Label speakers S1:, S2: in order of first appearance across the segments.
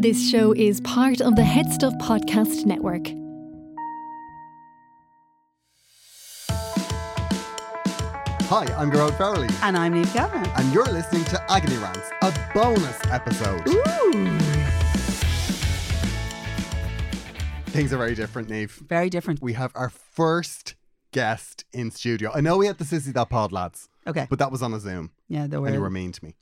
S1: This show is part of the Head Stuff Podcast Network.
S2: Hi, I'm Gerard Farrelly,
S3: And I'm Neve Gavin.
S2: and you're listening to Agony Rants, a bonus episode. Things are very different, Neve.
S3: Very different.
S2: We have our first guest in studio. I know we had the Sissy That Pod lads,
S3: Okay.
S2: but that was on a Zoom,
S3: yeah, there
S2: and you were
S3: were.
S2: mean to me.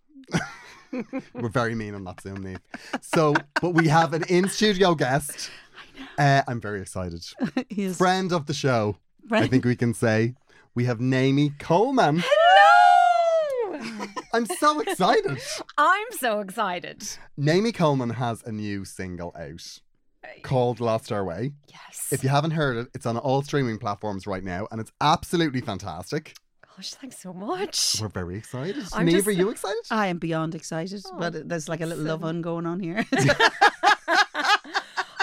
S2: we're very mean on that Zoom, Neve. So, but we have an in studio guest. Uh, I'm very excited.
S3: He is
S2: Friend of the show, I
S3: Friend.
S2: think we can say. We have Namie Coleman.
S4: Hello!
S2: I'm so excited.
S4: I'm so excited.
S2: Naomi Coleman has a new single out called Lost Our Way.
S4: Yes.
S2: If you haven't heard it, it's on all streaming platforms right now and it's absolutely fantastic.
S4: Gosh, Oh, thanks so much.
S2: We're very excited.
S4: I'm
S2: Niamh,
S4: just-
S2: are you excited?
S3: I am beyond excited,
S4: Oh,
S3: but there's like a little love
S4: listen.
S3: on going on here.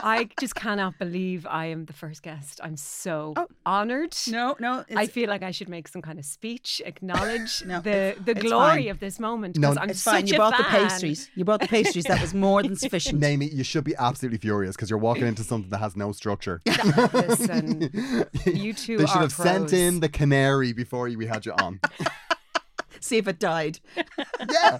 S4: I just cannot believe I am the first guest. I'm so
S3: Oh.
S4: honored.
S3: no, no. It's,
S4: I feel like I should make some kind of speech, acknowledge
S3: No,
S4: the, the
S3: it's
S4: glory
S3: fine.
S4: of this moment.
S2: No,
S4: because I'm
S3: it's fine.
S4: such
S3: You
S4: a
S3: bought the
S4: fan.
S3: pastries. You bought the pastries. That was more than sufficient.
S2: Naomi, you should be absolutely furious because you're walking into something that has no structure.
S4: Listen, you two
S2: they
S4: are
S2: should have sent
S4: pros.
S2: in the canary before we had you on.
S3: See if it died.
S2: yeah.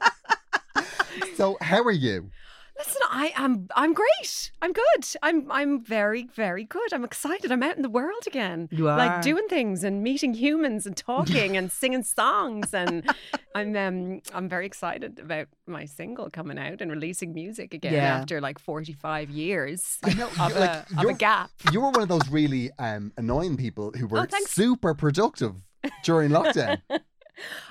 S2: So, how are you?
S4: Listen, I am. I'm great. I'm good. I'm. I'm very, very good. I'm excited. I'm out in the world again.
S3: You are.
S4: like doing things and meeting humans and talking and singing songs and I'm. Um, I'm very excited about my single coming out and releasing music again
S3: Yeah.
S4: after like 45 years
S2: I know,
S4: of,
S2: you're like-
S4: a, of a
S2: you're-
S4: gap.
S2: You were one of those really um, annoying people who were
S4: Oh, thanks.
S2: super productive during lockdown.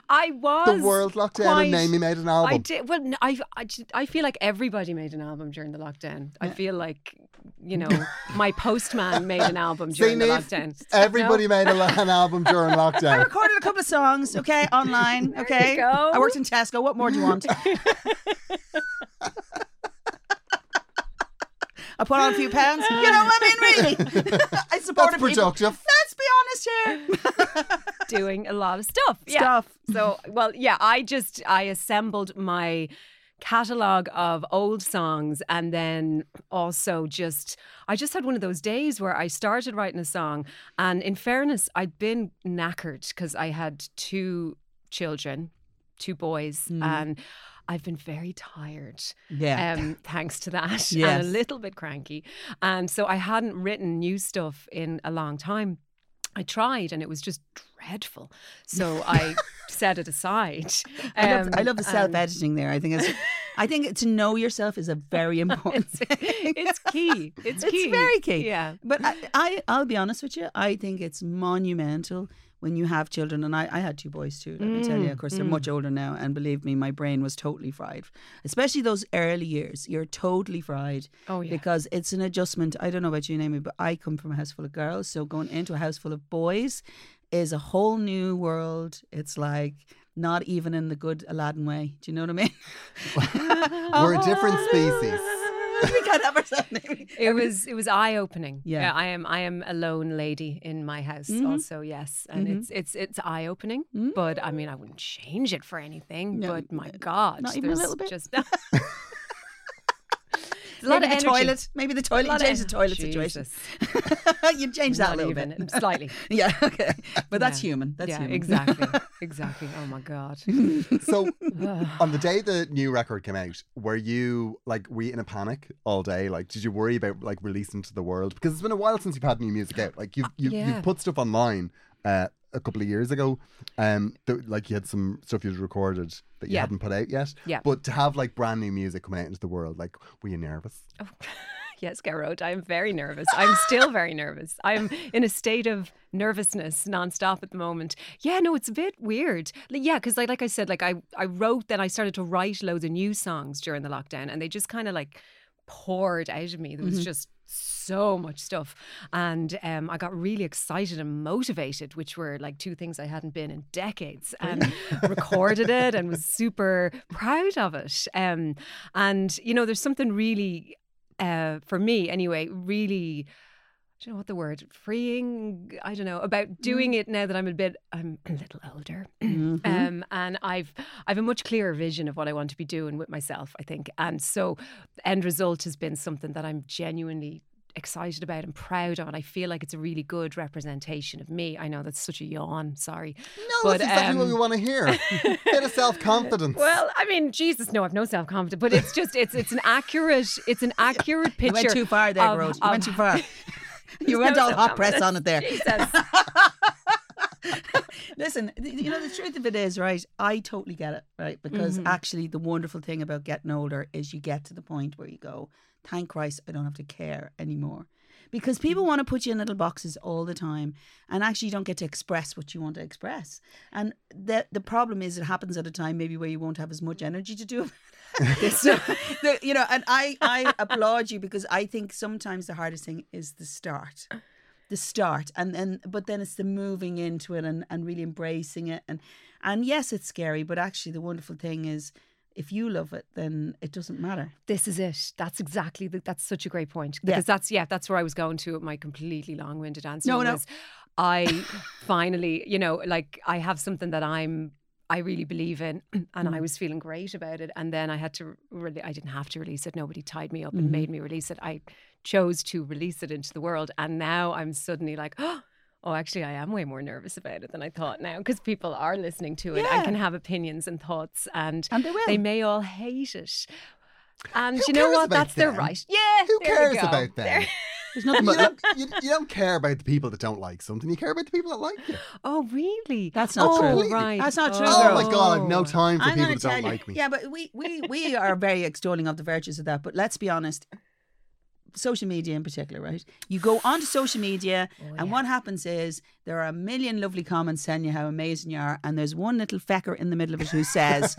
S4: I was
S2: the world lockdown
S4: quite-
S2: and Naomi made an album.
S4: I did. Well, no, I, I, ju- I feel like everybody made an album during the lockdown. I feel like, you know, my postman made an album
S2: See,
S4: during the
S2: Niamh?
S4: lockdown.
S2: Everybody
S4: No?
S2: made a, an album during
S3: I
S2: lockdown.
S3: recorded a couple of songs, okay, online,
S4: you
S3: okay.
S4: go.
S3: I worked in Tesco. What more do you want? I put on a few pounds. You know what I mean, really. I
S2: That's
S3: supported people.
S2: productive.
S3: Let's be honest here.
S4: doing a lot of stuff. Yeah.
S3: Stuff.
S4: So, well, yeah, I just I assembled my catalog of old songs and then also just I just had one of those days where I started writing a song and in fairness I'd been knackered because I had two children, two boys
S3: Mm.
S4: and I've been very tired
S3: Yeah.
S4: um, thanks to
S3: Yes.
S4: that, and a little bit cranky. And so I hadn't written new stuff in a long time. I tried, and it was just dreadful. So I set it aside.
S3: I, love, I
S4: Um,
S3: love the
S4: and
S3: self editing there. I think it's, I think to know yourself is a very important
S4: It's,
S3: thing.
S4: it's key. It's
S3: It's
S4: key.
S3: very key.
S4: Yeah.
S3: But I, I, I'll be honest with you. I think it's monumental when you have children, and I, I had two boys too. Let me tell
S4: Mm,
S3: you. Of course, they're much older now, and believe me, my brain was totally fried. Especially those early years, you're totally fried
S4: Oh yeah.
S3: because it's an adjustment. I don't know about you, Naomi, but I come from a house full of girls, so going into a house full of boys is a whole new world. It's like not even in the good Aladdin way. Do you know what I mean?
S2: We're a different species.
S3: we can't have ourselves naming.
S4: It was it was eye opening.
S3: Yeah.
S4: I am I am a lone lady in my house
S3: Mhm.
S4: also, yes. And
S3: Mhm.
S4: it's it's it's eye opening.
S3: Mm.
S4: But I mean I wouldn't change it for anything.
S3: No,
S4: but my
S3: n-
S4: God.
S3: not even a
S4: there's
S3: little bit.
S4: Just There's a lot
S3: Maybe the
S4: of energy.
S3: toilet. Maybe the toilet.
S4: A
S3: You
S4: lot of
S3: change the
S4: en-
S3: toilet situation.
S4: Jesus.
S3: you change that a
S4: Not
S3: little
S4: even
S3: bit.
S4: slightly.
S3: Yeah. Okay. But that's
S4: Yeah.
S3: human. That's
S4: yeah,
S3: human.
S4: exactly. Exactly. Oh my God.
S2: So,
S4: Ugh.
S2: on the day the new record came out, were you like, were you in a panic all day? Like, did you worry about like releasing to the world? Because it's been a while since you've had new music out. Like, you've you've,
S4: Uh, yeah.
S2: you've put stuff online uh, a couple of years ago. Um, th- like you had some stuff you'd recorded that you
S4: Yeah.
S2: hadn't put out yet.
S4: Yeah.
S2: But to have like brand new music coming out into the world, like, were you nervous?
S4: Oh, yes, Gerard, I'm very nervous. I'm still very nervous. I'm in a state of nervousness nonstop at the moment. Yeah, no, it's a bit weird. Like, yeah, because like, like I said, like I, I wrote, then I started to write loads of new songs during the lockdown, and they just kind of like poured out of me. There was
S3: Mhm.
S4: just so much stuff, and um, I got really excited and motivated, which were like two things I hadn't been in decades, and recorded it and was super proud of it. Um, and you know, there's something really uh, for me anyway, really do you know what the word freeing? I don't know about doing it now that I'm a bit, I'm a little older,
S3: Mhm.
S4: um, and I've I've a much clearer vision of what I want to be doing with myself. I think, and so the end result has been something that I'm genuinely excited about and proud of, and I feel like it's a really good representation of me. I know that's such a yawn. Sorry.
S2: No,
S4: But,
S2: that's exactly what
S4: um,
S2: we want to hear. Bit of self confidence.
S4: Well, I mean, Jesus, no, I've no self confidence, but it's just it's it's an accurate it's an accurate
S3: You
S4: picture.
S3: went too far there,
S4: of-
S3: Rose. You went
S4: of-
S3: too far. you
S4: There's
S3: went
S4: no
S3: all hot press
S4: self-confidence.
S3: on it there.
S4: Jesus.
S3: Listen, th- you know, the truth of it is, right? I totally get it, right? Because
S4: Mhm.
S3: actually, the wonderful thing about getting older is you get to the point where you go, thank Christ, I don't have to care anymore. Because people want to put you in little boxes all the time and actually you don't get to express what you want to express. And the, the problem is, it happens at a time maybe where you won't have as much energy to do this. so, the, you know, and I, I applaud you because I think sometimes the hardest thing is the start the start and then but then it's the moving into it and, and really embracing it and and yes it's scary but actually the wonderful thing is if you love it then it doesn't matter
S4: This is it. That's exactly the, that's such a great point
S3: Yeah.
S4: because that's yeah that's where I was going to with my completely long-winded answer.
S3: No, no.
S4: was I finally you know like I have something that I'm I really believe in and
S3: Mm.
S4: I was feeling great about it and then I had to really I didn't have to release it. Nobody tied me up
S3: Mm-hmm.
S4: and made me release it. I chose to release it into the world and now I'm suddenly like oh. actually, I am way more nervous about it than I thought now because people are listening to it
S3: Yeah.
S4: and can have opinions and thoughts, and
S3: and they will
S4: they may all hate it. And
S2: Who
S4: you know
S2: cares
S4: what?
S2: about
S4: That's their
S2: them?
S4: right. Yeah.
S2: Who
S4: there
S2: cares
S4: you go.
S2: about
S4: There-
S2: them?
S3: there's nothing
S2: you,
S3: but
S2: don't, you, you don't care about the people that don't like something. You care about the people that like it.
S4: Oh, really?
S3: That's not
S4: oh,
S2: true. Completely.
S4: Right.
S3: That's not true,
S2: Oh,
S3: girl.
S2: my god, I've no time for
S3: I'm
S2: people
S3: gonna
S2: that don't
S3: tell you-
S2: like me.
S3: yeah but we we we are very extolling of the virtues of that but let's be honest social media in particular right you go onto social media and what happens is there are a million lovely comments saying you how amazing you are and there's one little fecker in the middle of it who says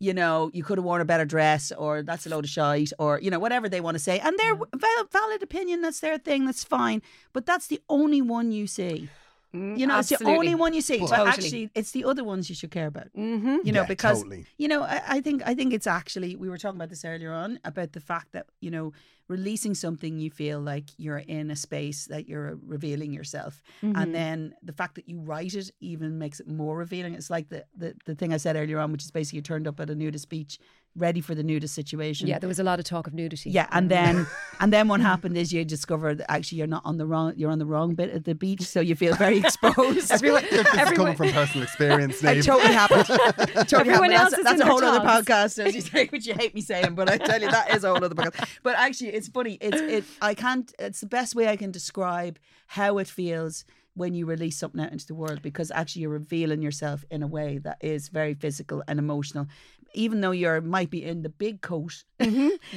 S3: you know you could have worn a better dress or that's a load of shite or you know whatever they want to say and their val- valid opinion that's their thing that's fine but that's the only one you see
S4: Mm,
S3: you know it's the
S4: absolutely.
S3: only one you see but
S4: Totally.
S3: actually it's the other ones you should care about
S4: Mm-hmm.
S3: you know
S2: Yeah,
S3: because
S2: totally.
S3: you know I, I think i think it's actually we were talking about this earlier on about the fact that you know releasing something you feel like you're in a space that you're revealing yourself
S4: Mm-hmm.
S3: and then the fact that you write it even makes it more revealing it's like the, the the thing i said earlier on which is basically you turned up at a nudist beach ready for the nudist situation
S4: Yeah, there was a lot of talk of nudity.
S3: yeah, and
S4: Mm.
S3: then and then what happened is you discover that actually you're not on the wrong you're on the wrong bit at the beach, so you feel very exposed.
S4: everyone,
S2: This is coming
S4: everyone,
S2: from personal experience, Nave.
S3: It totally happened. totally
S4: Everyone
S3: happened.
S4: else
S3: that's
S4: is
S3: that's
S4: in
S3: a
S4: their
S3: whole other
S4: togs.
S3: podcast, as you say, which you hate me saying, but I tell you that is a whole other podcast. But actually, it's funny. It's it. I can't. It's the best way I can describe how it feels when you release something out into the world because actually you're revealing yourself in a way that is very physical and emotional. Even though you're might be in the big coat,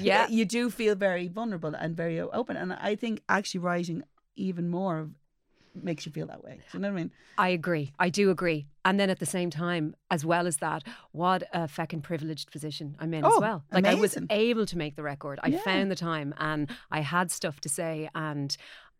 S4: yeah.
S3: you do feel very vulnerable and very open. And I think actually writing even more makes you feel that way. Do you know what I mean?
S4: I agree. I do agree. And then at the same time, as well as that, what a feckin' privileged position I'm in
S3: Oh,
S4: as well. Like I was
S3: amazing.
S4: able to make the record. I
S3: Yeah.
S4: found the time and I had stuff to say and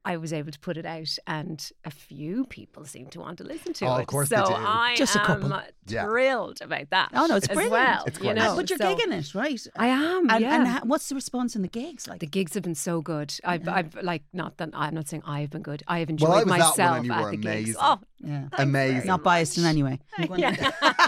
S4: I was able to put it out and a few people seem to want to listen to
S2: Oh,
S4: it.
S2: of course they
S4: so
S2: do.
S4: I
S3: Just a couple.
S4: am
S2: Yeah.
S4: thrilled about that.
S3: Oh, no, it's
S4: as
S3: brilliant.
S4: well.
S2: It's
S4: you
S2: great.
S4: know?
S2: Oh,
S3: but you're
S4: So-
S3: gigging it, right?
S4: I am.
S3: And,
S4: yeah.
S3: and ha- what's the response in the gigs like?
S4: the gigs have been so good. I've, I've like not that I'm not saying I have been good. I have enjoyed
S2: Well, I was
S4: myself
S2: that one and you
S4: at
S2: were
S4: the gigs.
S2: amazing.
S4: Oh,
S3: yeah.
S4: thanks very
S2: Amazing.
S4: much.
S3: Not biased in any way.
S4: Yeah.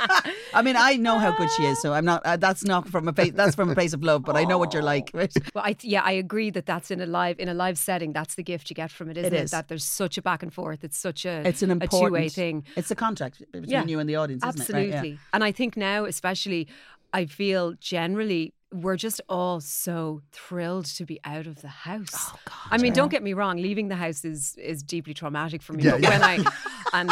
S3: I mean, I know how good she is, so I'm not. Uh, that's not from a place. That's from a place of love, but I know what you're like. Right?
S4: Well, I yeah, I agree that that's in a live in a live setting. That's the gift you get from it, isn't it?
S3: is.
S4: That there's such a back and forth. It's such a
S3: It's an
S4: a two way
S3: important
S4: thing.
S3: It's a contract between
S4: Yeah.
S3: you and the audience,
S4: Absolutely.
S3: isn't it? Right? Yeah.
S4: And I think now, especially, I feel generally we're just all so thrilled to be out of the house. Oh, God, I mean, don't get me wrong, leaving the house is is deeply traumatic for me.
S2: Yeah,
S4: but
S2: yeah.
S4: when I and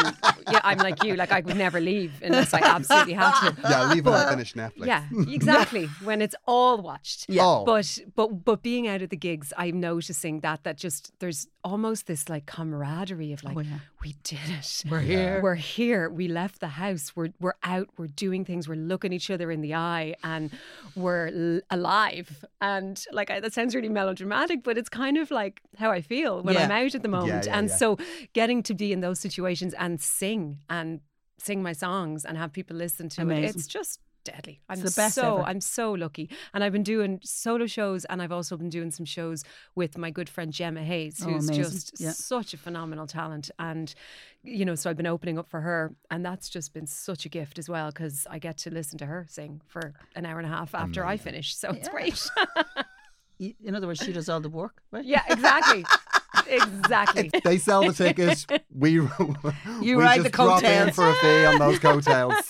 S4: yeah, I'm like you, like I would never leave unless I absolutely had to.
S2: yeah, leave when I finish Netflix.
S4: Yeah, exactly. When it's all watched.
S3: Yeah.
S2: Oh,
S4: But but but being out of the gigs, I'm noticing that that just there's almost this like camaraderie of like
S3: Oh, yeah.
S4: we did it.
S3: We're here.
S4: We're here. We left the house. We're we're out. We're doing things. We're looking each other in the eye, and we're l- alive. And like I, that sounds really melodramatic, but it's kind of like how I feel when
S3: Yeah.
S4: I'm out at the moment.
S2: yeah,
S4: and
S2: yeah.
S4: so getting to be in those situations and sing and sing my songs and have people listen to
S3: Amazing.
S4: it. It's just deadly. I'm
S3: the best
S4: so
S3: ever.
S4: I'm so lucky, and I've been doing solo shows, and I've also been doing some shows with my good friend Gemma Hayes,
S3: Oh,
S4: who's
S3: amazing.
S4: just
S3: Yeah.
S4: such a phenomenal talent, and you know, so I've been opening up for her, and that's just been such a gift as well because I get to listen to her sing for an hour and a half after I finish, so it's
S3: Yeah.
S4: great.
S3: Y- In other words, she does all the work, right?
S4: yeah, exactly, exactly.
S2: They sell the tickets. We you we
S3: ride the
S2: just drop in
S3: coattails.
S2: for a fee on those coattails.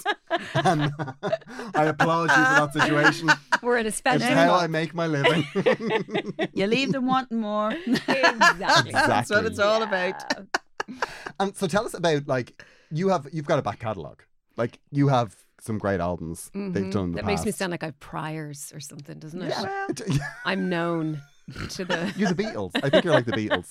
S2: And I applaud you for that situation.
S4: We're in a
S2: It's
S4: special.
S2: how I make my living.
S3: You leave them wanting more.
S4: exactly.
S3: That's what
S2: Exactly.
S3: it's all about.
S2: And so tell us about like you have you've got a back catalogue. Like you have some great albums they've
S3: Mm-hmm.
S4: Mhm.
S2: done in the
S4: that makes me
S2: past.
S4: sound like I've priors or something, doesn't it?
S2: Yeah.
S4: I'm known to the.
S2: You're the Beatles. I think you're like the Beatles.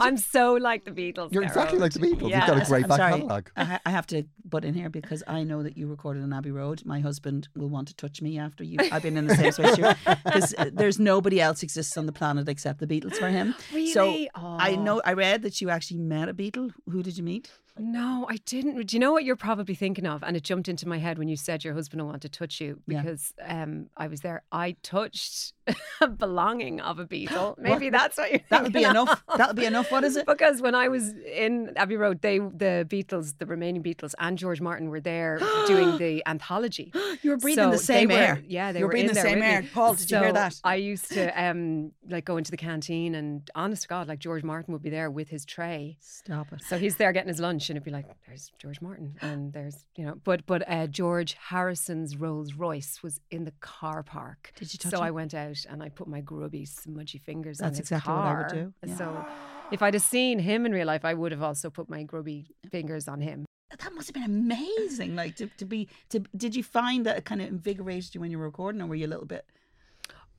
S4: I'm so like the Beatles.
S2: You're
S4: Sarah.
S2: exactly like the Beatles.
S4: Yeah.
S2: You've got a great
S3: I'm
S2: back
S3: sorry.
S2: catalogue.
S3: I, ha- I have to butt in here because I know that you recorded on Abbey Road. My husband will want to touch me after you. I've been in the same space here because uh, there's nobody else exists on the planet except the Beatles for him. So
S4: Really?
S3: I
S4: Aw.
S3: know. I read that you actually met a Beatle. Who did you meet?
S4: No, I didn't. Do you know what you're probably thinking of? And it jumped into my head when you said your husband will want to touch you
S3: Yeah.
S4: because um, I was there. I touched a belonging of a beetle. Maybe that's what you're
S3: That'll be
S4: thinking of.
S3: enough. That'll be enough. What is it?
S4: Because when I was in Abbey Road, they the Beatles, the remaining Beatles, and George Martin were there doing the anthology.
S3: You were breathing the
S4: they
S3: same
S4: were-
S3: air.
S4: yeah, they
S3: You were
S4: were
S3: breathing
S4: in
S3: the
S4: there
S3: same
S4: with me.
S3: air. Paul, did you hear
S4: So
S3: that?
S4: I used to um, like go into the canteen, and honest to God, like George Martin would be there with his tray.
S3: Stop it.
S4: So he's there getting his lunch, and it'd be like, "There's George Martin," and there's you know, but but uh, George Harrison's Rolls Royce was in the car park.
S3: Did you touch
S4: so
S3: him?
S4: I went out and I put my grubby, smudgy fingers on
S3: That's
S4: his
S3: exactly what I
S4: car.
S3: would do, yeah.
S4: So if I'd have seen him in real life, I would have also put my grubby fingers on him.
S3: That must have been amazing. Like to, to be to. Did you find that it kind of invigorated you when you were recording, or were you a little bit?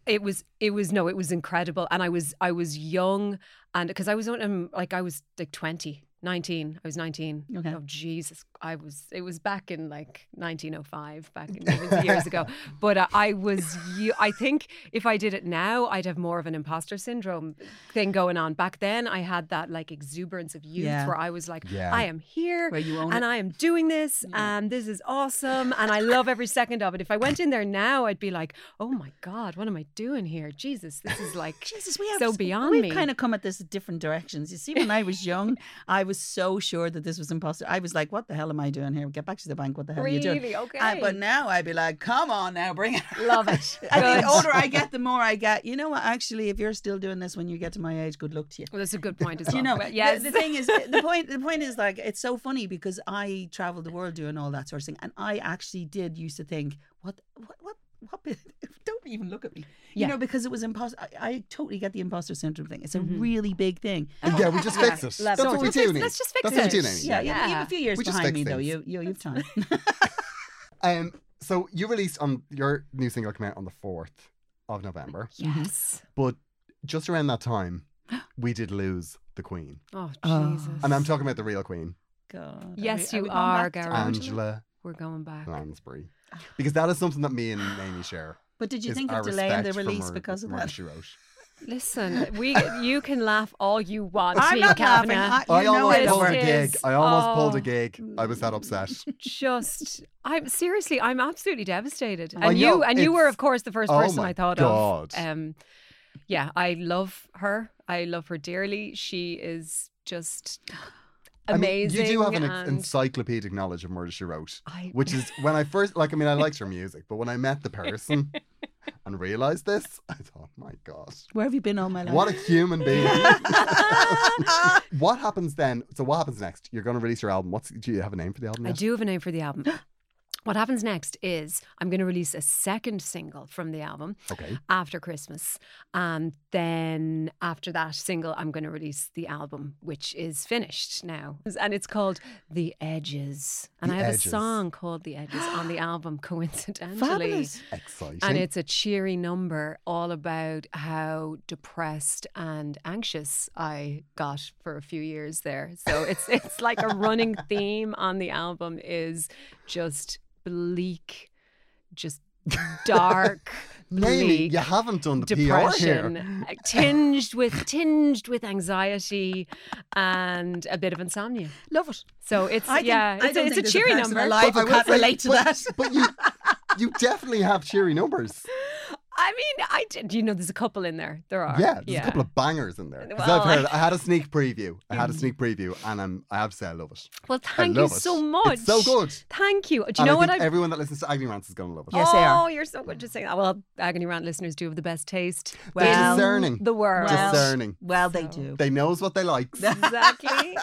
S4: It was it was no, it was incredible, and I was I was young, and because I was on um, like I was like 20, 19. I was nineteen.
S3: Okay.
S4: Oh Jesus, I was it was back in like nineteen oh five, back in years- years ago. But uh, I was you. I think if I did it now, I'd have more of an imposter syndrome thing going on. Back then, I had that like exuberance of youth
S3: Yeah.
S4: where I was like,
S2: Yeah.
S4: I am here,
S3: Where you own
S4: and
S3: it.
S4: I am doing this, and this is awesome, and I love every second of it. If I went in there now, I'd be like, oh my God, what am I doing here? Jesus, this is like
S3: Jesus, we have
S4: so beyond
S3: We've
S4: me.
S3: kind of come at this in different directions. You see, when I was young, I was so sure that this was impossible. I was like, "What the hell am I doing here? Get back to the bank. What the hell are you doing?"
S4: really okay.
S3: I- but now I'd be like, "Come on, now, bring it." on."
S4: love it.
S3: I think
S4: Good.
S3: the older I get, the more I get. You know what? Actually, if you're still doing this when you get to my age, good luck to you.
S4: Well, that's a good point as
S3: Do
S4: well.
S3: you know?
S4: But
S3: the-
S4: yes.
S3: The, thing is, the point. The point is, like, it's so funny because I traveled the world doing all that sort of thing, and I actually did used to think, what, what, what, what? bit- Don't even look at me.
S4: Yeah.
S3: You know, because it was impossible. I, I totally get the imposter syndrome thing. It's a
S4: Mhm.
S3: really big thing.
S2: Yeah, we just
S4: Yeah.
S2: fix it.
S4: Love
S2: That's
S4: it.
S2: what we
S4: Let's
S2: do
S4: fix-
S2: need.
S4: let's just fix
S2: That's what we do
S4: it.
S2: need.
S3: Yeah, you- you
S4: Yeah.
S3: have a few years
S2: We just
S3: behind
S2: fix
S3: me though.
S2: things.
S3: You, you, you've time.
S2: Um, so you released on your new single came out on the fourth of November,
S4: yes.
S2: but just around that time, we did lose the Queen,
S4: Oh
S3: Oh.
S4: Jesus.
S2: and I'm talking about the real Queen,
S3: God, are
S4: Yes,
S3: we-
S4: you
S3: we going
S4: are,
S3: back to
S4: Gareth.
S3: Angela?
S2: Angela
S4: We're going back.
S2: Lansbury, because that is something that me and Amy share.
S3: But did you
S2: is
S3: think
S2: our
S3: of delaying the
S2: respect for
S3: release
S2: Murder-
S3: because of
S2: Murder,
S3: that?
S2: She Wrote.
S4: Listen, we you can laugh all you want.
S3: I'm
S4: Ian
S3: not laughing.
S4: Kavanagh.
S3: I,
S2: I
S3: you know
S2: almost
S3: I
S4: it
S2: pulled
S3: love
S2: a
S3: her.
S4: is.
S2: gig. I almost pulled
S4: Oh.
S2: a gig. I was that upset.
S4: Just, I'm seriously, I'm absolutely devastated.
S2: I
S4: And you,
S2: know,
S4: and you were,
S2: it's-
S4: of course, the first
S2: Oh
S4: person
S2: my
S4: I thought
S2: God.
S4: of. Um, yeah, I love her. I love her dearly. She is just amazing.
S2: I mean, you do have an ex-
S4: and
S2: encyclopedic knowledge of Murder She Wrote,
S4: I-
S2: which is when I first like. I mean, I liked her music, but when I met the person and realized this, I thought, my God,
S3: Where have you been all my life?
S2: what a human being! what happens then? So, what happens next? You're going to release your album. What's do you have a name for the album?
S4: I
S2: yet?
S4: do have a name for the album. What happens next is I'm going to release a second single from the album
S2: Okay,
S4: after Christmas. And then after that single, I'm going to release the album, which is finished now. And it's called The Edges. And
S2: The
S4: I have
S2: Edges.
S4: a song called The Edges on the album, coincidentally.
S3: Fabulous.
S2: exciting.
S4: And it's a cheery number all about how depressed and anxious I got for a few years there. So it's it's like a running theme on the album is just bleak, just dark,
S2: Maybe
S4: bleak
S2: you haven't done the PR
S4: depression,
S2: here.
S4: uh, tinged with tinged with anxiety and a bit of insomnia.
S3: Love it.
S4: So it's
S3: I think-
S4: yeah,
S3: I
S4: it's,
S3: don't
S4: a, it's
S3: think
S4: a
S3: there's
S4: cheery
S3: person
S4: number.
S3: alive who
S2: would
S3: can't
S2: say-
S3: relate to
S2: but-
S3: that.
S2: But you, you definitely have cheery numbers.
S4: I mean, I did. You know, there's a couple in there. There are.
S2: Yeah, there's a couple of bangers in there. 'Cause
S4: Well,
S2: I've heard, I had a sneak preview. I had a sneak preview, and I'm, I have to say, I love it.
S4: Well,
S2: I
S4: thank you
S2: love it.
S4: so much.
S2: It's so good. Do
S4: Thank you. Do you know
S2: I
S4: what
S2: think
S4: I?
S2: everyone that listens to Agony Rants is going to love it.
S3: Yes, they are.
S4: Oh, you're so good to say that. Well, Agony Rant listeners do have the best taste
S3: Well,
S4: in
S2: discerning.
S4: the world.
S3: Well-
S2: Discerning.
S3: Well, they
S4: So-
S3: do.
S2: They knows what they like.
S4: Exactly.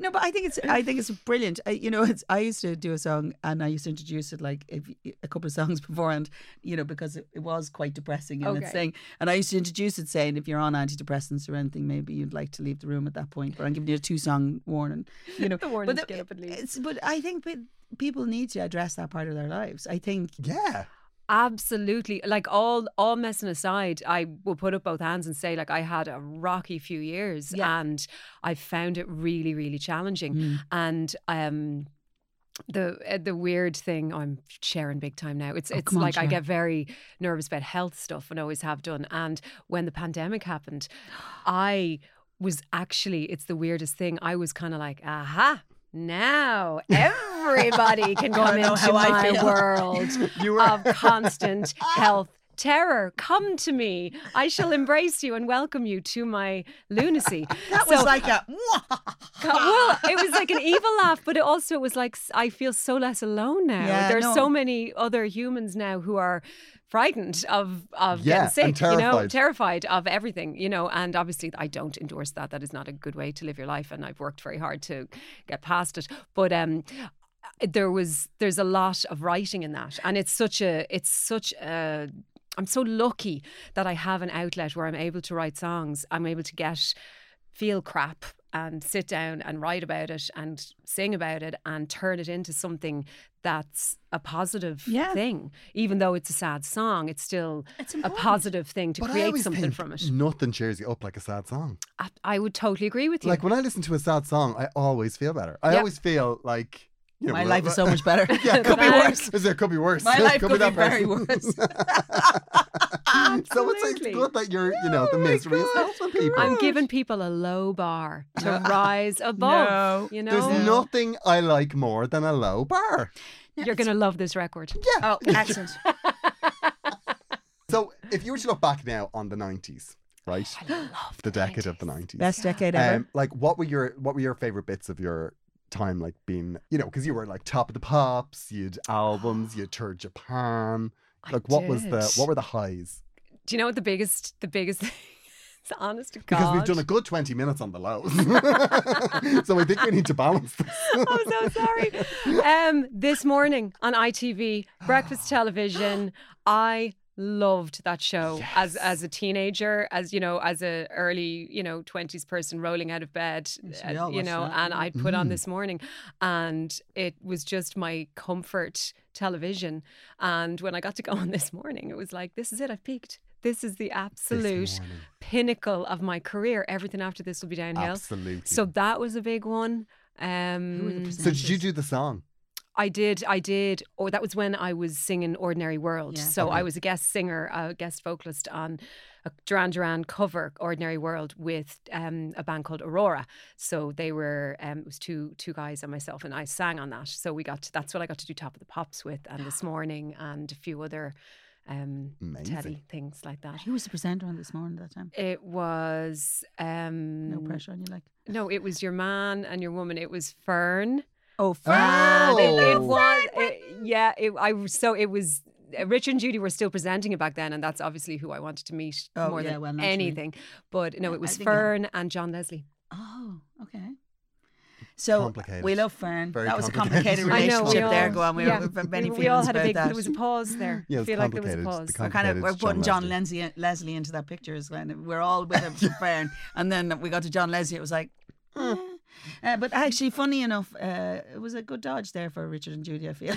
S3: No, but I think it's I think it's brilliant. I, you know, it's I used to do a song and I used to introduce it like if, a couple of songs beforehand. You know, because it, it was quite depressing in
S4: Okay.
S3: its thing. And I used to introduce it saying, if you're on antidepressants or anything, maybe you'd like to leave the room at that point. But I'm giving you a two song warning. You know,
S4: The warning
S3: But
S4: to get up and leave.
S3: It's, but I think pe- people need to address that part of their lives. I think
S2: Yeah.
S4: Absolutely. Like all all messing aside, I will put up both hands and say like I had a rocky few years
S3: Yeah. Mm-hmm.
S4: and I found it really really challenging and um the uh, the weird thing I'm sharing big time now. It's
S3: Oh,
S4: it's
S3: come on,
S4: like I
S3: share.
S4: get very nervous about health stuff and always have done. And when the pandemic happened, I was actually it's the weirdest thing. I was kind of like, aha, now everybody can
S3: Wanna
S4: come
S3: know
S4: into
S3: how I
S4: my
S3: feel.
S4: world
S2: You were.
S4: of constant
S3: Ah.
S4: health terror. Come to me. I shall embrace you and welcome you to my lunacy.
S3: that
S4: So- uh,
S3: was like a.
S4: well, it was like an evil laugh, but it also was like s- I feel so less alone now.
S3: Yeah,
S4: There's
S3: no.
S4: so many other humans now who are frightened of of
S2: Yeah,
S4: getting sick,
S2: and
S4: you know,
S2: terrified.
S4: terrified of everything, you know. And obviously, I don't endorse that. That is not a good way to live your life, and I've worked very hard to get past it. But um, there was there's a lot of writing in that, and it's such a it's such a I'm so lucky that I have an outlet where I'm able to write songs. I'm able to get feel crap and sit down and write about it and sing about it and turn it into something that's a positive
S3: Yeah.
S4: thing. Even though it's a sad song, it's still
S3: It's
S4: a
S3: important.
S4: positive thing to
S2: But I
S4: create
S2: always
S4: something
S2: think Mm.
S4: from it.
S2: nothing cheers you up like a sad song.
S4: I, I would totally agree with you.
S2: Like when I listen to a sad song, I always feel better. I
S4: Yeah.
S2: always feel like you know,
S3: My
S2: when I-
S3: life is so much better.
S2: uh, Yeah, could be
S4: Thanks.
S2: worse. Is it could be worse?
S3: My life could
S2: that
S3: be very
S2: person.
S3: worse.
S2: so it's like
S4: Absolutely.
S2: good that you're, you know, the misery
S3: Oh
S2: is helping people.
S4: I'm giving people a low bar to rise above.
S3: No.
S4: You
S2: There's
S4: know,
S2: nothing I like more than a low bar.
S4: you're going to love this record.
S2: Yeah.
S3: Oh, excellent.
S2: So if you were to look back now on the 90s, right? the decade of the 90s.
S3: Best decade ever.
S2: Um, like what were your what were your favorite bits of your time like being you know because you were like top of the pops you'd albums you toured japan
S4: I
S2: like what was the
S4: did.
S2: what were the highs
S4: Do you know what the biggest the biggest thing? It's honest to God.
S2: because we've done a good 20 minutes on the lows so i think we need to balance this
S4: I'm so sorry. Um, this morning on ITV, breakfast television, I loved that show as as a teenager, as you know, as a early you know twenties person rolling out of bed,
S3: Yes,
S4: uh,
S3: we all
S4: you
S3: watched
S4: know,
S3: that, Mm-hmm.
S4: and
S3: yeah.
S4: I'd put on
S2: Mm.
S4: this morning, and it was just my comfort television. And when I got to go on this morning, it was like, this is it, I've peaked. This is the absolute
S2: morning.
S4: pinnacle of my career. Everything after this will be downhill.
S2: absolutely
S4: So that was a big one. Um,
S3: were the presenters?
S2: so did you do the song
S4: I did, I did. Or that was when I was singing "Ordinary World."
S3: Yeah.
S4: So
S2: Okay.
S4: I was a guest singer, a guest vocalist on a Duran Duran cover, "Ordinary World," with um, a band called Aurora. So they were, um, it was two two guys and myself, and I sang on that. So we got to, that's what I got to do top of the pops with, and this morning, and a few other um,
S2: Amazing.
S4: Teddy things like that.
S3: Who was the presenter on this morning at that time?
S4: It was um,
S3: No pressure on you, like.
S4: No, it was your man and your woman. It was Fern.
S3: Oh,
S2: Ah,
S4: And it, it
S2: Oh.
S4: was, it- yeah. It, I was- so it was. uh, Richard and Judy were still presenting it back then, and that's obviously who I wanted to meet
S3: Oh,
S4: more
S3: yeah,
S4: than
S3: well, naturally.
S4: anything. But no,
S3: I-
S4: it
S3: I
S4: was
S3: think I-
S4: Fern and John Leslie.
S3: Oh, okay. So we
S2: Complicated.
S3: love Fern.
S2: Very
S3: that was a
S2: complicated.
S3: complicated
S2: I
S4: know, we
S3: relationship there
S4: all-
S3: going. We
S4: yeah,
S3: were many
S4: we,
S3: feelings
S4: we all had a
S3: about
S4: big.
S3: that.
S4: There was a pause there.
S2: Yeah, it
S4: I
S2: was
S4: feel like there was a
S2: complicated.
S4: pause.
S2: The
S3: we're kind of
S2: complicated
S3: we're
S2: John
S3: putting John
S2: Leslie.
S3: Leslie, Leslie into that picture as well. and We're all with him for Fern, and then we got to John Leslie. It was like, eh. Uh, but actually, funny enough, uh, it was a good dodge there for Richard and Judy. I feel.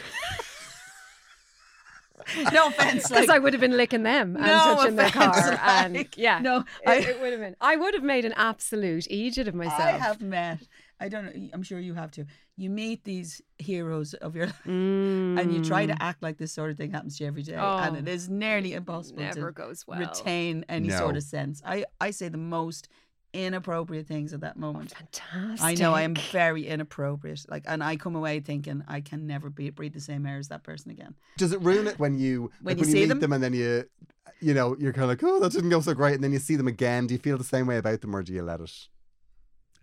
S3: no offense,
S4: Because
S3: like,
S4: I would have been licking them and
S3: No
S4: touching their
S3: offense,
S4: car, and
S3: like,
S4: yeah,
S3: no,
S4: it,
S3: I-
S4: it would have been. I would have made an absolute idiot of myself.
S3: I have met I don't know. I'm sure you have to. You meet these heroes of your life,
S4: Mm.
S3: and you try to act like this sort of thing happens to you every day, and
S4: Oh,
S3: it is nearly impossible
S4: Never
S3: to
S4: goes well.
S3: retain any sort
S2: No.
S3: of sense. I I say the most inappropriate things at that moment.
S4: Fantastic.
S3: I know I am very inappropriate, like, and I come away thinking I can never be, breathe the same air as that person again.
S2: Does it ruin it when you like,
S3: When
S2: when
S3: you
S2: you
S3: see
S2: meet
S3: them?
S2: and then you you know you're kind of like oh that didn't go so great and then you see them again? Do you feel the same way about them or do you let it?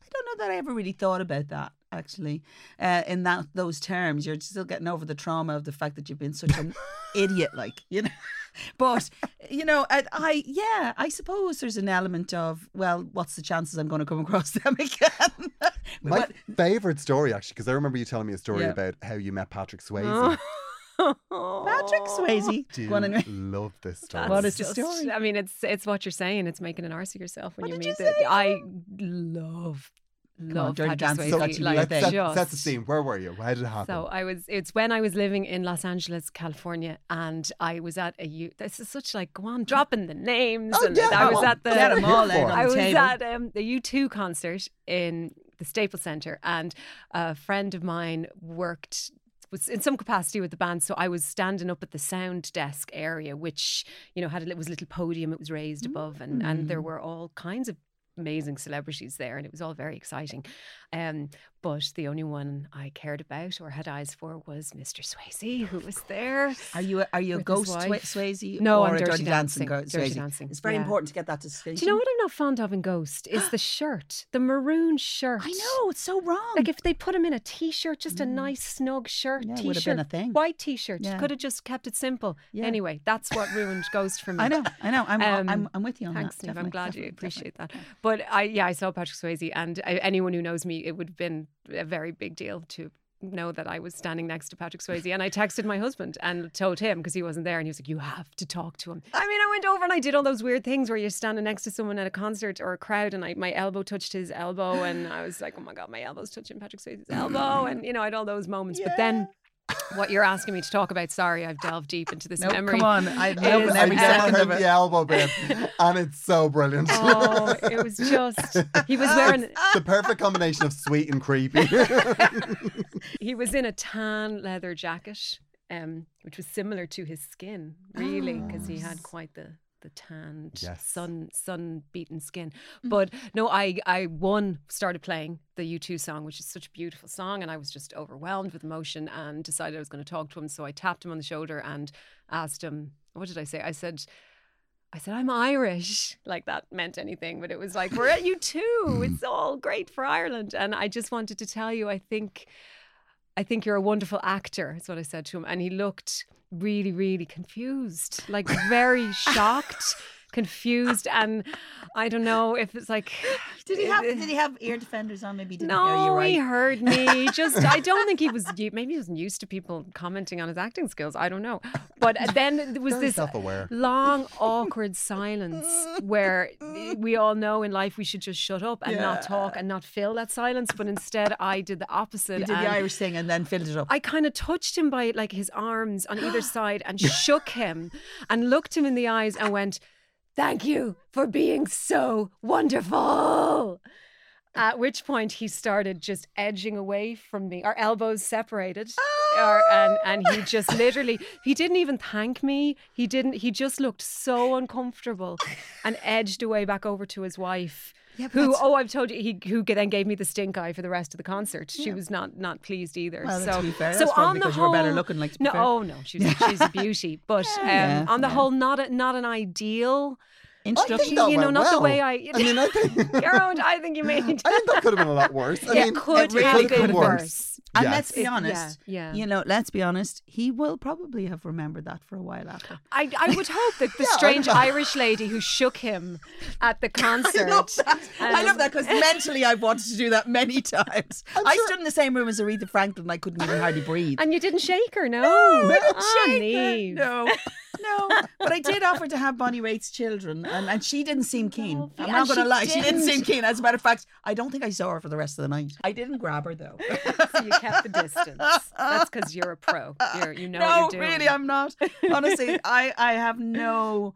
S3: I don't know that I ever really thought about that actually. Uh, in that those terms, you're still getting over the trauma of the fact that you've been such an idiot, like you know. But you know, I, I yeah, I suppose there's an element of well, what's the chances I'm going to come across them again?
S2: My
S3: But-
S2: favorite story actually because I remember you telling me a story
S3: Yeah.
S2: about how you met Patrick
S4: Oh,
S2: Swayze.
S3: Patrick Swayze.
S2: Do
S3: Go on anyway.
S2: love this story.
S4: That's
S3: What is the
S4: just-
S3: story?
S4: I mean, it's it's what you're saying. It's making an arse of yourself
S3: What
S4: when you
S3: did you
S4: meet
S3: say?
S4: it. I love
S3: on,
S4: love
S3: Dirty
S4: Patrick
S3: Dancing's
S2: so
S4: Swayze,
S3: got you
S4: like,
S2: let's
S3: there.
S2: set,
S4: just-
S2: set the scene. Where were you? Why did it happen?
S4: So I was. It's when I was living in Los Angeles, California, and I was at a youth. This is such like go on dropping the names.
S2: Oh,
S4: and
S2: yeah,
S4: I
S2: go
S4: was
S2: on.
S4: at the
S3: Get 'em all
S2: Here
S3: out
S2: for.
S3: on
S4: I
S3: the
S4: was
S3: table.
S4: at um, the U2 concert in the Staples Center, and a friend of mine worked was in some capacity with the band. So I was standing up at the sound desk area, which you know had a, li- was a little podium. It was raised above, and and
S3: Mm.
S4: there were all kinds of amazing celebrities there, and it was all very exciting. Um, but the only one I cared about or had eyes for was Mr. Swayze, who was there.
S3: Are you a, are you a
S4: With his
S3: ghost Swa-
S4: wife.
S3: Swayze?
S4: No,
S3: or
S4: I'm
S3: a
S4: Dirty
S3: dirty dancing,
S4: Dancing,
S3: Go-
S4: Dirty
S3: Swayze?
S4: Dancing,
S3: It's very
S4: yeah.
S3: important to get that distinction.
S4: Do you know what I'm not fond of in Ghost? Is the shirt, the maroon shirt.
S3: I know it's so wrong.
S4: Like if they put him in a t-shirt, just a nice snug shirt,
S3: Yeah, it
S4: t-shirt,
S3: would've been a thing.
S4: white t-shirt.
S3: Yeah.
S4: Could have just kept it simple.
S3: Yeah.
S4: Anyway, that's what ruined Ghost for me.
S3: I know, I know. I'm,
S4: Um,
S3: I'm, I'm with you on
S4: Thanks,
S3: that.
S4: Steve.
S3: definitely,
S4: I'm glad you
S3: definitely,
S4: appreciate
S3: definitely.
S4: that. But I, yeah, I saw Patrick Swayze, and I, anyone who knows me, it would have been a very big deal to know that I was standing next to Patrick Swayze. And I texted my husband and told him because he wasn't there, and he was like, "You have to talk to him." I mean, I went over and I did all those weird things where you're standing next to someone at a concert or a crowd, and I, my elbow touched his elbow, and I was like, "Oh my god, my elbow's touching Patrick Swayze's elbow," and you know, I had all those moments. But then. What you're asking me to talk about? Sorry, I've delved deep into this
S3: Nope,
S4: memory.
S3: Come on, I
S4: It
S3: open
S4: is-
S3: every
S2: I never
S3: second
S2: heard
S3: of it.
S2: the elbow bit, and it's so brilliant.
S4: Oh, it was just he was wearing
S3: Ah,
S2: the perfect combination of sweet and creepy.
S4: he was in a tan leather jacket, um, which was similar to his skin, really, because he had quite the the tanned,
S2: Yes.
S4: sun sun beaten skin. But no, I I one started playing the U two song, which is such a beautiful song, and I was just overwhelmed with emotion and decided I was going to talk to him. So I tapped him on the shoulder and asked him, "What did I say?" I said. I said, I'm Irish. Like that meant anything, but it was like, we're at you too. It's all great for Ireland. And I just wanted to tell you, I think, I think you're a wonderful actor, is what I said to him. And he looked really, really confused, like very shocked, confused. And I don't know if it's like,
S3: Did he have? Did he have ear defenders on? Maybe he didn't hear you
S4: no,
S3: right.
S4: he heard me. Just, I don't think he was. Maybe he wasn't used to people commenting on his acting skills. I don't know. But then there was
S2: Very
S4: this
S2: self-aware.
S4: long, awkward silence where eh, we all know in life we should just shut up and not talk and not fill that silence. But instead, I did the opposite.
S3: He did the
S4: and
S3: Irish thing and then filled it up.
S4: I kind of touched him by like his arms on either side and shook him and looked him in the eyes and went, Thank you for being so wonderful. At which point he started just edging away from me, our elbows separated. Our- and, and he just literally, he didn't even thank me. He didn't, he just looked so uncomfortable and edged away back over to his wife. who? Oh, I've told you. He who then gave me the stink eye for the rest of the concert. She was not not pleased either.
S3: Well,
S4: so,
S3: to be fair,
S4: so
S3: that's probably
S4: on the
S3: because you
S4: whole,
S3: were better looking, like, to be
S4: no,
S3: fair.
S4: oh no, she's she's a beauty. But um,
S3: yeah,
S4: on the
S3: yeah.
S4: whole, not a, not an ideal.
S2: I think
S3: Introduction.
S2: that
S4: you know,
S2: went
S4: not the
S2: well.
S4: way I.
S2: I mean, I think.
S4: Gerald, I think you
S2: I
S4: made.
S2: think that could have been a lot worse. I
S4: Yeah,
S2: mean,
S4: could
S2: it
S4: have
S2: could
S4: been
S2: worse.
S4: worse.
S3: And
S2: Yes.
S3: let's be
S4: It- yeah,
S3: honest.
S4: yeah.
S3: You know, let's be honest. He will probably have remembered that for a while after.
S4: I, I would hope that the strange Irish lady who shook him at the concert.
S3: I love
S4: um,
S3: that because mentally I've wanted to do that many times. I stood in the same room as Aretha Franklin. and I couldn't even hardly breathe.
S4: And you didn't shake her, no? Ah, Niamh.
S3: No, no. But I did offer to have Bonnie Raitt's children, and, and she didn't seem keen.
S4: No,
S3: I'm
S4: and
S3: not going to
S4: she
S3: lie, she didn't seem
S4: didn't.
S3: keen. As a matter of fact, I don't think I saw her for the rest of the night. I didn't grab her though.
S4: So you kept the distance. That's because you're a pro. You're, you know
S3: no,
S4: what you're doing.
S3: really, I'm not. Honestly, I I have no,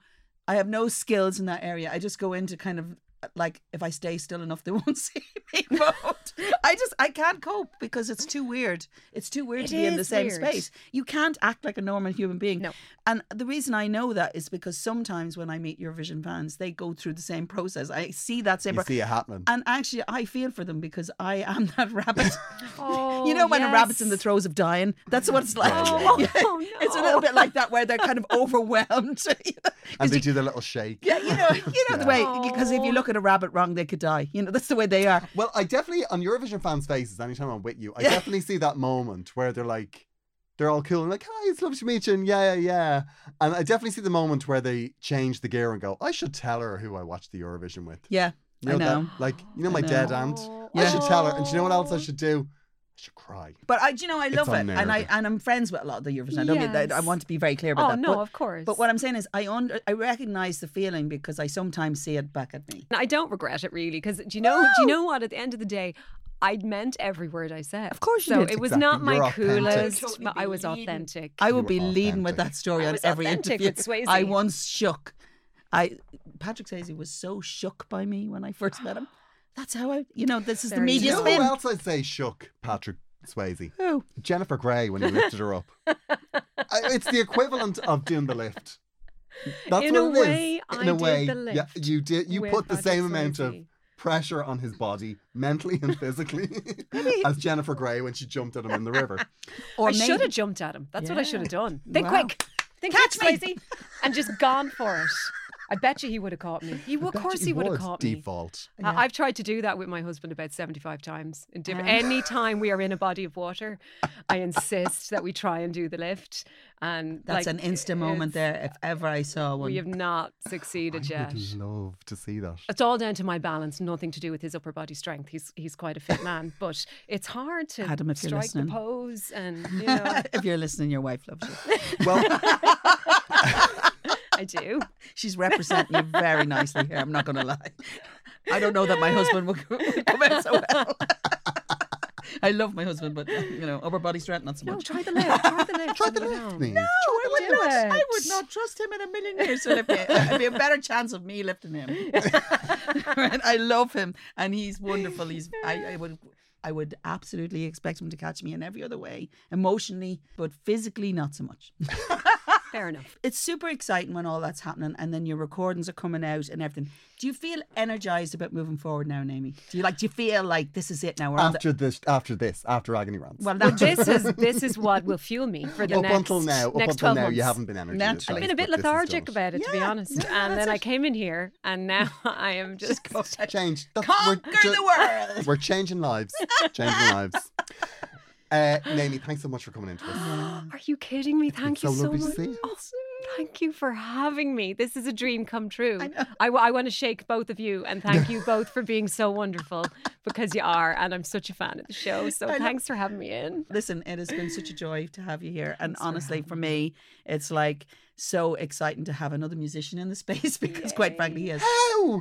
S3: I have no skills in that area. I just go into kind of like if I stay still enough, they won't see me vote. I just I can't cope because it's too weird. It's too weird
S4: It
S3: to be in the
S4: is
S3: same
S4: weird.
S3: space. You can't act like a normal human being.
S4: No.
S3: And the reason I know that is because sometimes when I meet Eurovision fans, they go through the same process. I see that same.
S2: You
S3: pro-
S2: see it happening.
S3: and actually, I feel for them because I am that rabbit.
S4: Oh,
S3: you know, when a rabbit's in the
S4: yes.
S3: throes of dying, that's what it's like.
S4: Oh,
S3: Yeah.
S4: oh,
S3: It's a
S4: no.
S3: little bit like that, where they're kind of overwhelmed.
S2: and they do the little shake.
S3: Yeah, you know, you know the
S2: Yeah.
S3: way because if
S4: Aw.
S3: you look at a rabbit wrong, they could die. You know, that's the way they are.
S2: Well, I definitely on Eurovision fans' faces anytime I'm with you, I definitely see that moment where they're like, they're all cool and like, "Hi, it's lovely to meet you," and yeah, yeah, yeah. And I definitely see the moment where they change the gear and go, "I should tell her who I watched the Eurovision with."
S3: Yeah,
S2: You
S3: I
S2: that-
S3: know.
S2: like, you know,
S3: I
S2: my
S3: know.
S2: dead aunt. I
S3: Yeah.
S2: should tell her, and do you know what else I should do? I should cry.
S3: But I, do you know, I love it, and I
S2: unnerving.
S3: and I'm friends with a lot of the Eurovision. I don't mean that. I
S4: Yes.
S3: want to be very clear about
S4: Oh
S3: that.
S4: no,
S3: but,
S4: of course.
S3: but what I'm saying is, I under, I recognise the feeling because I sometimes see it back at me.
S4: And I don't regret it really because do you know do you know what at the end of the day I meant every word I said. Of
S3: course you
S4: so
S3: did.
S4: it was
S2: Exactly.
S4: not my
S2: You're authentic.
S4: coolest,
S3: Totally
S4: but I was
S3: believing.
S4: authentic.
S3: I
S2: You
S3: would
S2: were
S3: be leading with
S2: authentic.
S3: that story
S4: I
S3: on
S4: was
S3: every
S4: authentic
S3: interview.
S4: with Swayze.
S3: I once shook. I Patrick Swayze was so shook by me when I first met him. That's how I, you know, this is the
S4: Very
S2: Do you
S3: media
S2: know
S3: spin.
S2: who else I'd say shook Patrick Swayze?
S3: Who?
S2: Jennifer Grey when he lifted her up. I- it's the equivalent of doing the lift. That's
S4: In
S2: what
S4: a
S2: it is.
S4: way, I
S2: In a
S4: did
S2: way,
S4: the
S2: yeah,
S4: lift
S2: you did. You
S4: with
S2: put the
S4: Patrick
S2: same amount of
S4: Swayze.
S2: pressure on his body, mentally and physically, as Jennifer Grey when she jumped at him in the river.
S3: Or
S4: I should
S3: maybe-
S4: have jumped at him. That's what I
S3: Yeah.
S4: should have done. Think
S3: Wow.
S4: quick. Think
S3: Catch
S4: quick,
S3: me.
S4: Swayze, and just gone for it. I bet you he would have caught me. He, of
S2: Bet
S4: course,
S2: you
S4: he would have
S2: would,
S4: caught me.
S2: default.
S4: I- I've tried to do that with my husband about 75 times. In different, Any time we are in a body of water, I insist that we try and do the lift. And
S3: That's
S4: like,
S3: an insta moment
S4: it's-
S3: there. If ever I saw one.
S4: We have not succeeded
S2: I
S4: yet.
S2: would love to see that.
S4: It's all down to my balance, nothing to do with his upper body strength. He's he's quite a fit man, but it's hard to
S3: Adam, if you're
S4: strike the
S3: listening.
S4: pose and you know
S3: if you're listening, your wife loves you.
S2: Well,
S4: I do.
S3: She's representing you very nicely here. I'm not going to lie. I don't know that my husband would, would come out so well. I love my husband, but you know, upper body strength not so
S4: No,
S3: much.
S4: try the lift. Try the lift.
S2: try the
S4: you
S2: lift,
S4: know.
S2: Niamh.
S3: I would,
S4: do
S3: not, I
S4: it.
S3: would not trust him in a million years. So it'd be, it'd be a better chance of me lifting him. Right? I love him, and he's wonderful. He's I, I would I would absolutely expect him to catch me in every other way, emotionally, but physically not so much.
S4: Fair enough.
S3: it's super exciting when all that's happening and then your recordings are coming out and everything. Do you feel energized about moving forward now, Naomi? Do you like do you feel like this is it now? We're on the-
S2: after this, after this, after agony rants.
S3: well,
S4: Well,
S3: that,
S4: this is this is what will fuel me for the
S2: up
S4: next
S2: until now, up
S4: next
S2: until
S4: 12
S2: now,
S4: months.
S2: you haven't been energy.
S3: Naturally.
S4: I've been a bit lethargic about it, to be
S3: Yeah,
S4: honest.
S3: no,
S4: and
S3: that's
S4: then I
S3: it.
S4: came in here, and now I am just.
S2: Change. That's, we're
S3: conquer
S2: ju-
S3: the world.
S2: We're changing lives. Changing lives. Uh, Naomi, thanks so much for coming into us.
S4: Are you kidding me? Thank
S2: so
S4: you so
S2: lovely to
S4: much.
S2: see you.
S4: Oh, thank you for having me. This is a dream come true. I,
S3: know.
S4: want to shake both of you and thank you both for being so wonderful because you are, and I'm such a fan of the show. So
S3: know.
S4: thanks for having me in.
S3: Listen, it has been such a joy to have you here. And honestly, for me, it's like so exciting to have another musician in the space because, quite frankly, he has.
S2: How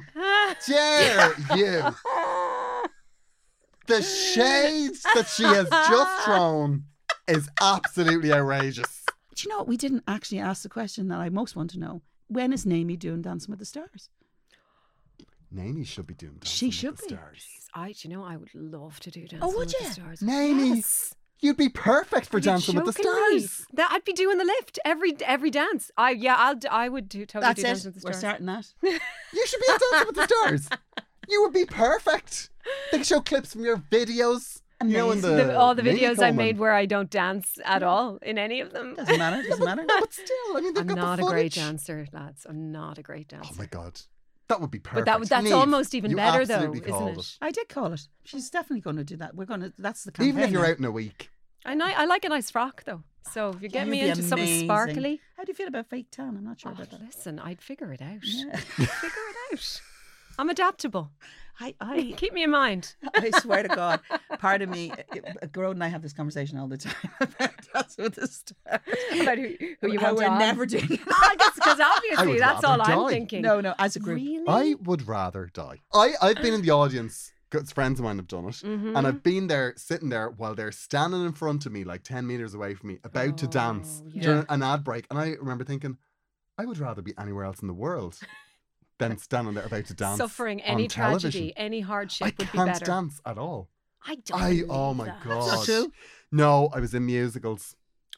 S2: dare you? The shades that she has just thrown is absolutely outrageous.
S3: Do you know what? We didn't actually ask the question that I most want to know. When is Naomi doing Dancing with the Stars?
S2: Naomi should be doing Dancing
S3: She
S2: with
S3: should
S2: the
S3: be.
S2: Stars.
S4: I, do you know, I would love to do Dancing
S2: Oh,
S3: would
S4: with the
S3: ya?
S4: Stars.
S2: Naomi,
S4: Yes.
S2: you'd be perfect for
S4: Are you
S2: Dancing with the
S4: joking me?
S2: Stars.
S4: That I'd be doing the lift every every dance. I yeah, I'll d- I would do totally do
S3: That's
S4: Dancing
S3: it.
S4: with the
S3: We're
S4: Stars.
S3: starting that.
S2: You should be on Dancing with the Stars. You would be perfect. They could show clips from your videos. You know, in the,
S3: Amazing.
S4: The- all the
S2: Naomi
S4: videos I
S2: Coleman.
S4: made where I don't dance at all in any of them.
S3: Doesn't matter. Doesn't matter.
S2: But still, I mean, they've
S4: I'm
S2: got the
S4: not a great
S2: footage.
S4: dancer, lads. I'm not a great dancer.
S2: Oh my god, that would be
S4: But
S2: perfect.
S4: that would- that's
S2: Niamh,
S4: almost even
S2: you
S4: better, though,
S2: absolutely
S4: isn't
S2: called
S4: it?
S3: I did call it. She's definitely going to do that. We're going to. That's the campaign.
S2: Even if you're
S3: now.
S2: out in a week,
S4: And I, I like a nice frock though. So if you get
S3: You'd
S4: me
S3: be
S4: into something
S3: amazing.
S4: sparkly,
S3: How do you feel about fake tan? I'm not sure
S4: oh,
S3: about that.
S4: listen, I'd figure it out.
S3: Yeah.
S4: figure it out. I'm adaptable.
S3: I, I,
S4: Keep me in mind.
S3: I swear to God, part of me, uh, Gerard and I have this conversation all the time about that's what this stuff.
S4: About who, who you
S3: How
S4: want
S3: we're
S4: on.
S3: never doing
S4: I
S3: that.
S4: guess because obviously
S2: would
S4: that's all
S2: rather
S4: I'm
S2: die.
S4: thinking.
S3: No, no, as a group.
S4: Really?
S2: I would rather die. I I've been in the audience. 'cause Friends of mine have done it,
S4: Mm-hmm.
S2: and I've been there, sitting there while they're standing in front of me, like ten meters away from me, about to dance
S4: Oh, yeah.
S2: during an ad break, and I remember thinking, I would rather be anywhere else in the world than standing there about to dance.
S4: Suffering
S2: on
S4: any
S2: television.
S4: tragedy, any
S2: I
S4: hardship would
S2: can't
S4: be better.
S2: dance at all.
S4: I don't.
S2: I oh
S4: believe
S2: my
S4: that.
S2: god.
S3: That's true.
S2: No, I was in musicals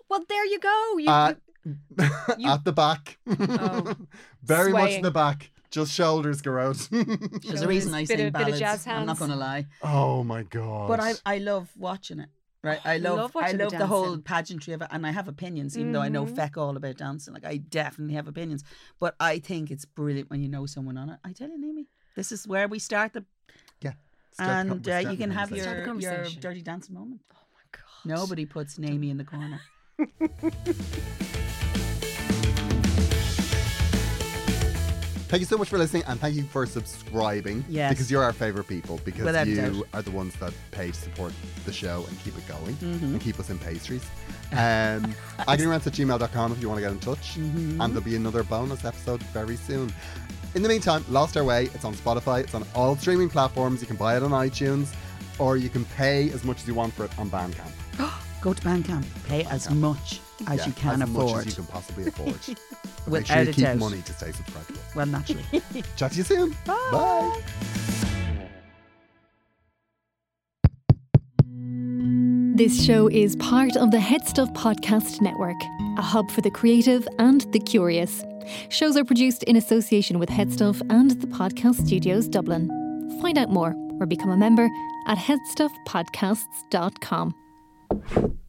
S4: Well, there you go. You,
S2: Uh,
S4: you- You-
S2: at the back,
S4: Oh.
S2: very much in
S4: Swaying.
S2: the back. Just shoulders go out.
S3: There's
S4: Shoulders,
S3: a reason I
S4: bit
S3: sing
S4: of- bit of
S3: ballads.
S4: jazz
S3: I'm not
S4: hands.
S3: going to lie,
S2: oh my god!
S3: but I I love watching it. Right, I love,
S4: love
S3: I
S4: watching the
S3: love the whole
S4: dancing.
S3: pageantry of it, and I have opinions, even though I know
S4: Mhm.
S3: feck all about dancing. Like I definitely have opinions, but I think it's brilliant when you know someone on it. I tell you, Naomi, this is where we start the
S2: Start the con-
S3: and
S2: we're
S3: uh, you
S2: starting
S3: can
S2: the
S3: have
S2: conversation.
S3: your
S4: Start the
S3: your
S4: conversation.
S3: dirty dancing moment.
S4: oh my god.
S3: Nobody puts Naomi in the corner.
S2: Thank you so much for listening, and thank you for subscribing.
S3: Yes.
S2: because you're our favorite people. Because
S3: Without a
S2: you
S3: doubt.
S2: are the ones that pay to support the show and keep it going
S3: Mhm.
S2: and keep us in pastries. Um, agneyrants at gmail.com if you want to get in touch.
S3: Mm-hmm.
S2: And there'll be another bonus episode very soon. In the meantime, Lost Our Way, it's on Spotify, it's on all streaming platforms. You can buy it on iTunes, or you can pay as much as you want for it on Bandcamp.
S3: Go to Bandcamp, pay as much as
S2: Yeah,
S3: you can
S2: as
S3: afford.
S2: much as you can possibly afford. But make
S3: Without
S2: sure you
S3: a
S2: keep
S3: doubt.
S2: money to stay subscribed.
S3: Well, naturally.
S2: Chat to you soon. Bye.
S1: This show is part of the Head Stuff Podcast Network, a hub for the creative and the curious. Shows are produced in association with Headstuff and the Podcast Studios Dublin. Find out more or become a member at headstuffpodcasts.com.